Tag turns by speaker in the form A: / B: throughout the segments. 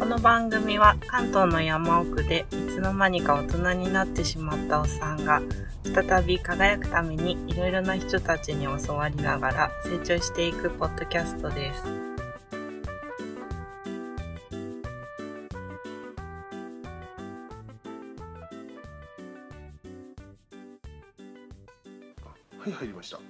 A: この番組は関東の山奥でいつの間にか大人になってしまったおっさんが再び輝くためにいろいろな人たちに教わりながら成長していくポッドキャストです。
B: はい入りました
A: は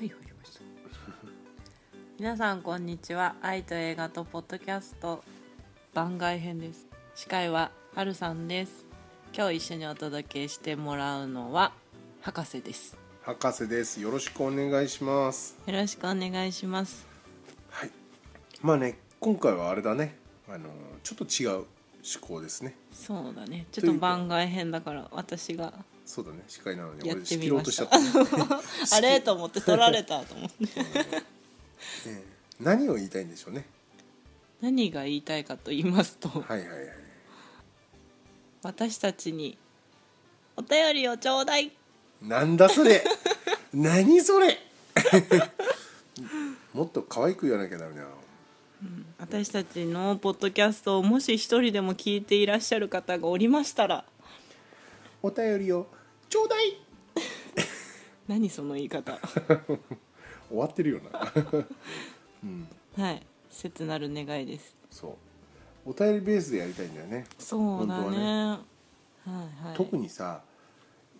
A: い、入りました。皆さんこんにちは。愛と映画とポッドキャスト番外編です。司会ははるさんです。今日一緒にお届けしてもらうのは博士です。
B: 博士ですよろしくお願いします
A: よろしくお願いします。
B: はいまあね今回はあれだねあのちょっと違う趣向ですね
A: そうだね。ちょ
B: と
A: っ
B: いう
A: と
B: か
A: 番外編だから私が
B: そうだね司会なのに
A: やっ
B: 俺
A: て
B: 仕
A: み
B: 切ろ
A: ま
B: うとし
A: し。
B: ちゃったた、ね
A: あれと思って取られたと思って
B: ええ何を言いたいんでしょうね
A: 何が言いたいかと言いますと、
B: はいはいはい
A: 私たちにお便りをちょうだい。
B: なんだ それ何それもっと可愛く言わなきゃダメだよ
A: 私たちのポッドキャストをもし一人でも聞いていらっしゃる方がおりましたら
B: お便りをちょうだい
A: 何その言い 方
B: 終わってるよ な
A: はい切なる願いです
B: そうお便りベースでやりたいんだよね
A: そうだね
B: 本当
A: はいはい
B: 特にさ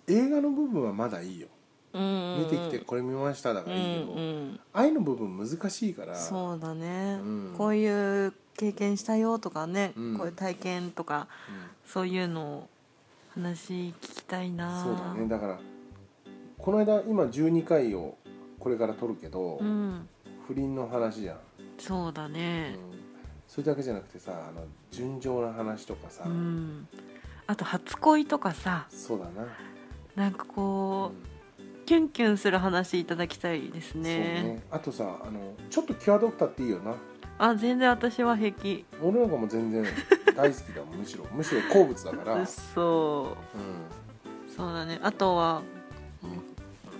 B: 映画の部分はまだいいよ見
A: 見
B: てきてこれ見ましただ
A: う
B: からいいけ
A: ん
B: ど、
A: うん
B: 愛の部分難しいから
A: そうだね、
B: うん
A: こういう経験したよとかね、
B: うん
A: こういう体験とか
B: うん
A: そういうのを話聞きたいな
B: そうだねだからこの間今12回をこれから撮るけど、
A: うん
B: 不倫の話じゃん、
A: そうだ
B: うん
A: ね
B: それだけじゃなくてさあの純情な話とかさ、
A: うん、あと初恋とかさ
B: そうだな、
A: なんかこ
B: うん
A: う、キュンキュンする話いただきたいです
B: そう
A: ね
B: ねあとさあのちょっと際どくたっていいよな
A: あ全然私は平気
B: 俺なんかも全然大好きだもんむし ろむしろ好物だから、う、
A: うんそそうだねあとは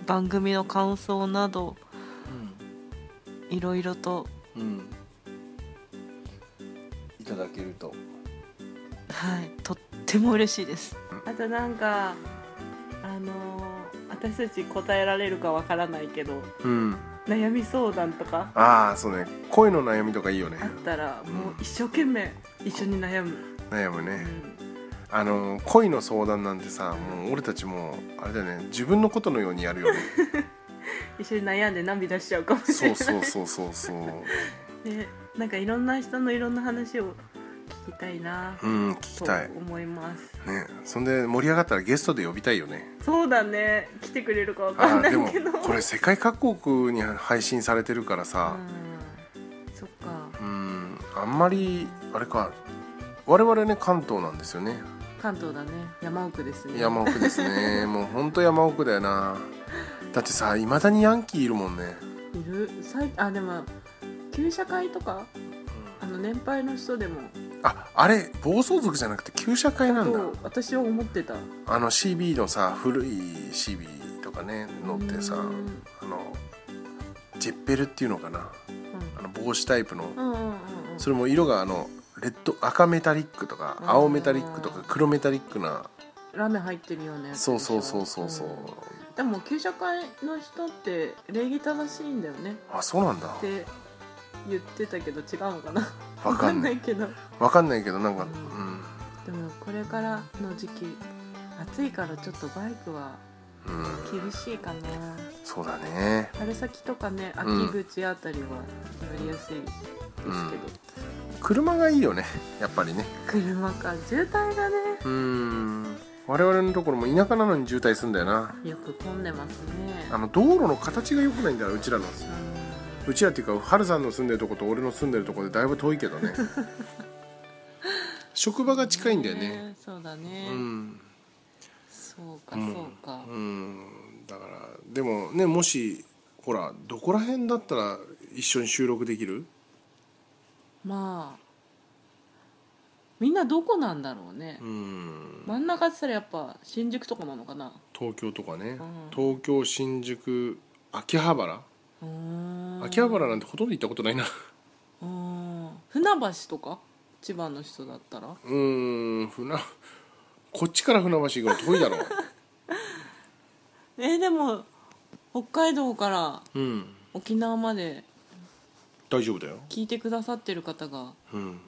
A: 番組の感想などいろいろと
B: うん、うん、いただけると
A: はいとっても嬉しいですあとなんかあのー私たち答えられるかわからないけど
B: うん
A: 悩み相談とか
B: ああそうね恋の悩みとかいいよね
A: あったらもう一生懸命一緒に悩む、
B: 悩む
A: う
B: ね
A: ん
B: あの恋の相談なんてさもう俺たちもうあれだよね自分のことのようにやる よね
A: 一緒に悩んで涙しちゃうかもしれ
B: そ
A: な
B: う
A: い
B: そうそうそうそう
A: ね、なんかいろんな人のいろんな話を聞きたいな
B: うん聞き
A: と
B: たいね
A: 思います
B: そんで盛り上がったらゲストで呼びたいよね
A: そうだね来てくれるかわか
B: あ
A: んな
B: ー
A: い
B: でも
A: けど
B: これ世界各国に配信されてるから
A: う
B: さ
A: んそっか
B: うんあんまりあれか我々ね関東なんですよね
A: 関東だね山奥ですね
B: 山奥です ねもうほんと山奥だよなだってさいまだにヤンキーいるもんね
A: いる最あでも旧社会とかあの年配の人でも
B: ああれ暴走族じゃなくて旧社会なんだ
A: と私は思ってた
B: あの CB のさ古い CB とかね乗ってさ
A: うん
B: あのジェッペルっていうのかなあの帽子タイプの
A: うんうんうんうんうん
B: それも色があのレッド赤メタリックとか
A: うん
B: 青メタリックとか黒メタリックな
A: ラーメン入ってるよね
B: そうそうそうそうそうん
A: でも旧社会の人って礼儀正しいんだよね
B: あそうなんだ
A: って言ってたけど違うのかな
B: わかんない
A: わけど
B: わかんないけどなんか
A: う
B: うんん
A: でもこれからの時期暑いからちょっとバイクは
B: うん
A: 厳しいかな
B: そうだね
A: 春先とかね
B: うん
A: 秋口あたりは乗りやすいですけど、
B: うん車がいいよねやっぱりね
A: 車か渋滞がね
B: うん我々のところも田舎なのに渋滞すんだよな
A: よく混んでます
B: あ
A: ね
B: の道路の形が良くないんだようちらの
A: うん
B: うちらっていうか春さんの住んでるとこと俺の住んでるとこでだいぶ遠いけ どね職場が近いんだよね
A: そうだね、
B: うん、
A: そうか
B: うん
A: そうか、
B: うん、だからでもねもしほらどこら辺だったら一緒に収録できる
A: まあみんなどこなんだろうね、
B: うん
A: 真ん中って言ったらやっぱ新宿とかなのかな
B: 東京とかね、
A: うん
B: 東京新宿秋葉原
A: うーん
B: 秋葉原なんてほとんど行ったことないな
A: うーん船橋とか千葉の人だったら
B: うーん船こっちから船橋が遠いだろう
A: えーでも北海道から
B: うん
A: 沖縄まで
B: 大丈夫だよ
A: 聞いてくださってる方が
B: うん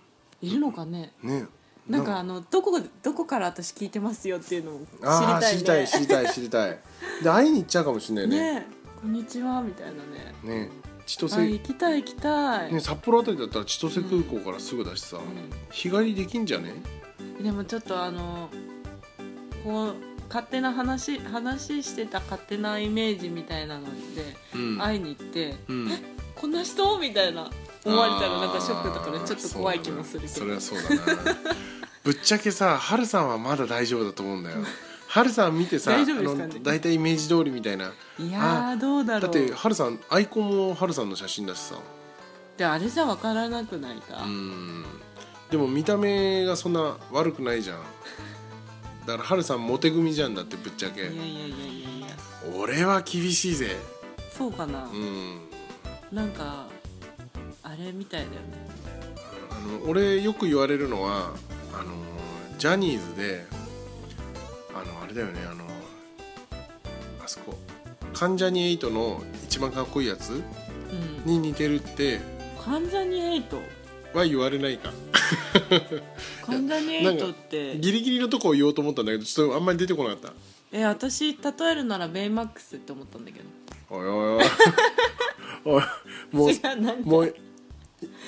A: いるのかね、
B: ね
A: なんかあのどこどこから私聞いてますよっていうのを知り
B: ああ
A: たいね
B: 知りたい知りたい知りたいで会いに行っちゃうかもしれないね
A: ねこんにちはみたいなね
B: ね千歳、
A: あ行きたい行きたい、
B: ね、札幌あたりだったら千歳空港からすぐだしさ、日帰りできんじゃね
A: でもちょっとあのこう勝手な話話してた勝手なイメージみたいなので、
B: うん
A: 会いに行って
B: うん
A: 「こんな人?」みたいな思われたらなんかショックだからちょっと怖い気もするけど、
B: あーそうだなそれはそうだなぶっちゃけさハルさんはまだ大丈夫だと 思うんだよハルさん見てさ
A: 大丈夫ですかね
B: あの大体イメージ通りみたいない
A: やーどうだろ
B: だっ
A: う
B: てハルさんアイコンもハルさんの写真だしさ
A: であれじゃ分からなくないか、
B: うんでも見た目がそんな悪くないじゃんだからハルさんモテ組じゃんだってぶっちゃ
A: いや
B: け
A: いやいやいやいや
B: 俺は厳しいぜ
A: そうかな、
B: うん
A: なんかあれみたいだよね
B: あの俺よく言われるのはあのジャニーズであのあれだよねあのあそこ関ジャニ∞の一番かっこいいやつ
A: うん
B: に似てるって
A: 関ジャニエイト
B: は言われないか
A: 関ジャニエイトって
B: ギリギリのとこを言おうと思ったんだけどちょっとあんまり出てこなかった
A: え私例えるならベイマックスって思ったんだけど
B: おいおいおいおい も
A: 違うなん
B: うもうい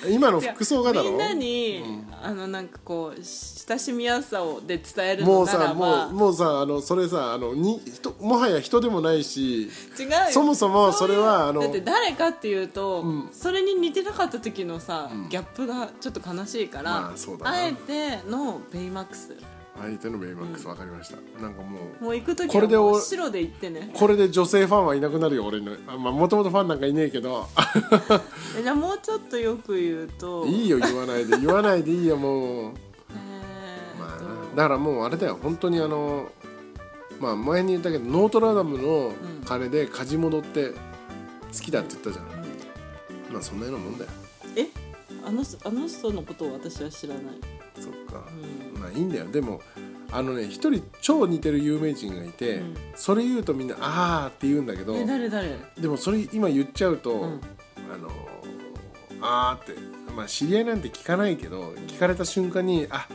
B: 今の服装がだろ
A: みんなに、
B: うん
A: あのなんかこう親しみやすさをで伝えるの
B: もう
A: なら
B: さも
A: ば
B: うもうさあのそれさあのに人もはや人でもないし
A: 違うよ
B: そもそも
A: ういう
B: それはあの
A: だって誰かっていうと、
B: うん
A: それに似てなかった時のさ、
B: うん
A: ギャップがちょっと悲しいから、
B: まあそうだな
A: えてのベイマックス
B: 相手のベイマックス分かりました、なんかもう
A: もう行く時
B: これ
A: は
B: でお
A: もう白で行ってね
B: これで女性ファンはいなくなるよ俺のあまあもともとファンなんかいねえけどあ
A: えじゃあもうちょっとよく言うと
B: いいよ言わな いで言わないでいいよもう、
A: え
B: ま
A: ーっと
B: あ、だからもうあれだよ本当にあのまあ前に言ったけどノートラダムの
A: ん
B: 金でカジモドって好きだって言ったじゃん、まあそんなようなもんだよ
A: えあのあの人のことを私は知らない
B: そっか、
A: う
B: まあいいんだよでもあのね一人超似てる有名人がいて、
A: うん
B: それ言うとみんな「あー」って言うんだけど
A: え誰誰
B: でもそれ今言っちゃうと、
A: うん
B: あのあーって、まあ、知り合いなんて聞かないけど聞かれた瞬間にあ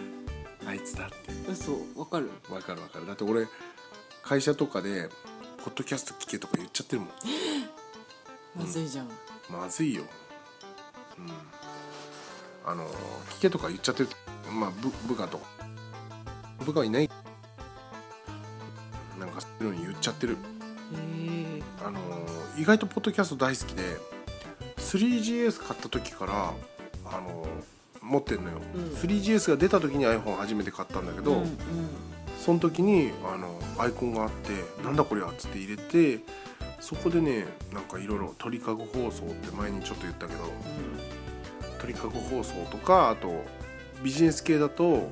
B: あいつだって
A: 嘘わかる
B: わかるわかるだって俺会社とかで「ポッドキャスト聞け」とか言っちゃってるもん
A: まずいじゃん、
B: まずいよ、うん、あの聞けとか言っちゃってるまあ部部下とか部下いないなんかそういうのに言っちゃってる
A: へえ
B: あのー意外とポッドキャスト大好きで 3GS 買った時から、あのー持ってんのよ、
A: うん
B: 3GS が出た時に iPhone 初めて買ったんだけど、
A: うんうん
B: その時に、あのアイコンがあって「なんだこりゃ」っつって入れてそこでねなんかいろいろ鳥かご放送って前にちょっと言ったけど鳥かご放送とかあとビジネス系だと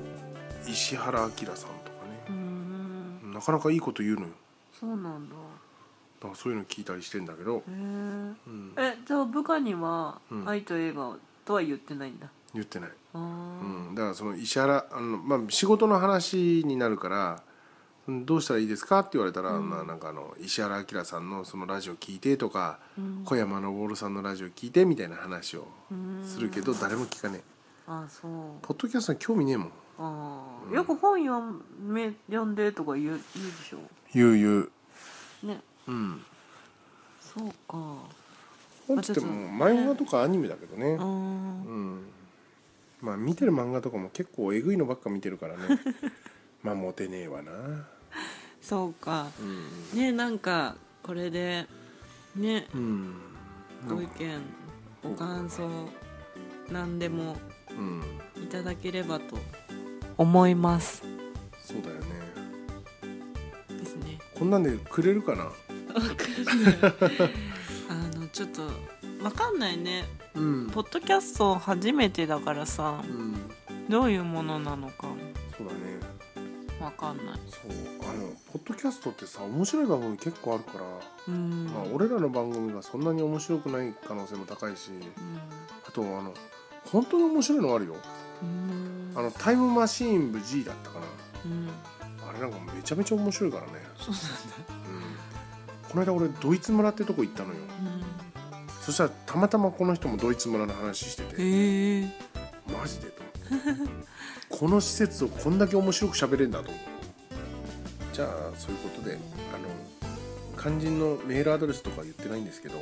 B: 石原明さんとか
A: う
B: ね、
A: ん
B: なかなかいいこと言うのよ
A: そうなんだ
B: だからそういうの聞いたりしてんだけど、
A: へえ
B: うん、
A: えじゃあ部下には
B: うん
A: 愛と映画とは言ってないんだ
B: 言ってない。
A: あー
B: うん、だからその石原あの、まあ、仕事の話になるからうんどうしたらいいですかって言われたら、
A: うん
B: まあ、なんかあの石原明さんのそのラジオ聞いてとか、
A: うん
B: 小山昇さんのラジオ聞いてみたいな話を
A: うん
B: するけど、誰も聞かねえ
A: あそう
B: ポッドキャストに興味ねえもん
A: あ
B: うん
A: ーよく本読め読んでとか言う言うでしょ
B: 言う言う
A: ね
B: うん
A: そうか
B: 本っつっても漫画とかアニメだけどね
A: あー
B: うんまあ見てる漫画とかも結構えぐいのばっか見てるからね まあモテねえわな
A: そうか
B: うん
A: ねなんかこれでね
B: うん
A: ご意見ご感想何でも
B: うん
A: いただければと思います
B: そうだよね
A: ですね
B: こんなんでくれるかな
A: わかんないあのちょっとわかんないね
B: うん
A: ポッドキャスト初めてだからさ
B: うん
A: どういうものなのか
B: そうだね
A: わかんない
B: そうあのポッドキャストってさ面白い番組結構あるから、
A: うん、
B: まあ、俺らの番組がそんなに面白くない可能性も高いし
A: うん
B: あとあの本当に面白いのあるよ
A: うん
B: あのタイムマシーン部 G だったかな
A: うん
B: あれなんかめちゃめちゃ面白いからね、
A: そう
B: うん、この間俺ドイツ村ってとこ行ったのよ
A: なんだ、
B: そしたらたまたまこの人もドイツ村の話して
A: うん、
B: て
A: へえ
B: マジでと この施設をこんだけ面白く喋れるんだと思ってじゃあそういうことであの肝心のメールアドレスとか言ってないんですけど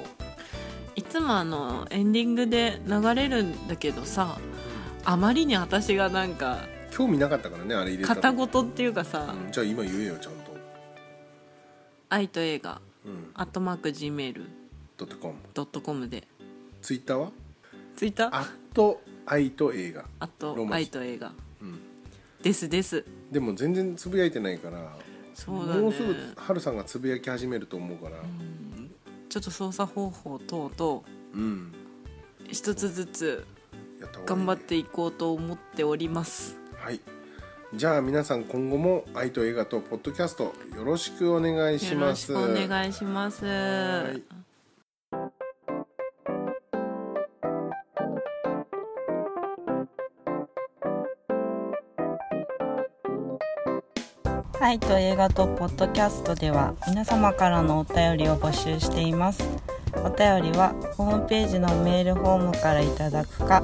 A: いつもあのエンディングで流れるんだけどさあまりに私がなんか
B: 興味なかったからねあれ入れたの
A: 片言っていうかさ
B: うんじゃあ今言えよちゃんと
A: 「愛と映画」
B: うん
A: 「アットマーク Gmail.com
B: ドットコム」
A: で
B: ツイッターは
A: ツイッター
B: アット愛と映画
A: あと「
B: ロマン
A: 愛と映画
B: うん」
A: ですです
B: でも全然つぶやいてないから
A: そうだね
B: もうすぐハルさんがつぶやき始めると思うから
A: うんちょっと操作方法等々
B: うん
A: 一つずつ
B: やった方がいい
A: 頑
B: ね
A: 張っていこうと思っております
B: はいじゃあ皆さん今後も愛と映画とポッドキャストよろしくお願いし
A: よろ
B: ま
A: し
B: す
A: くお願いします
B: はい
A: はいと映画とポッドキャストでは皆様からのお便りを募集していますお便りはホームページのメールフォームからいただくか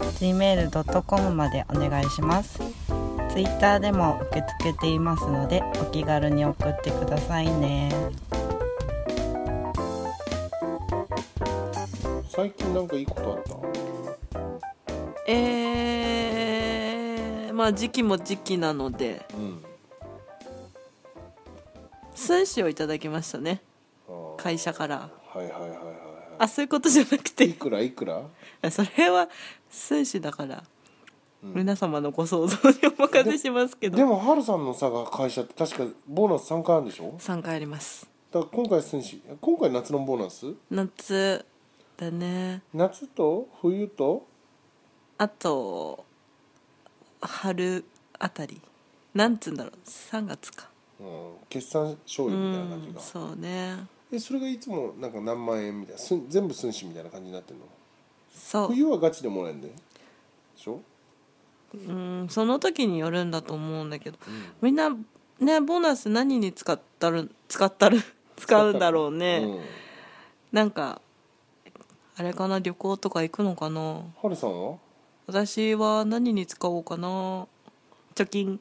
A: aitoeiga.gmail.com までお願いしますツイッターでも受け付けていますのでお気軽に送ってくださいね
B: 最近なんかいいことあった
A: えー、まあ時期も時期なので
B: うん
A: 寸志をいただきましたね
B: あー
A: 会社から
B: はいはいはいはいは
A: あそういうことじゃなく
B: いい
A: て
B: くらいくら
A: それは寸志だから、
B: うん
A: 皆様のご想像にお任せしますけ
B: で
A: ど
B: もハルさんのさが会社って確かボーナス3回あるんでしょ
A: 3回あります
B: だから今回すんし今回夏のボーナス
A: 夏だね
B: 夏と冬と
A: あと春あたりなんつうんだろう3月か
B: うん決算賞与みたいな感じ
A: うん
B: が、
A: そうね
B: えそれがいつもなんか何万円みたいなすん全部寸志みたいな感じになってるの
A: そう
B: 冬はガチでもらえるんだよでしょ、
A: うんその時によるんだと思うんだけどみんなねボーナス何に使ったる使ったる使うんだろうね、
B: うん、
A: なんかあれかな旅行とか行くのかな
B: ハルさんは
A: 私は何に使おうかな貯金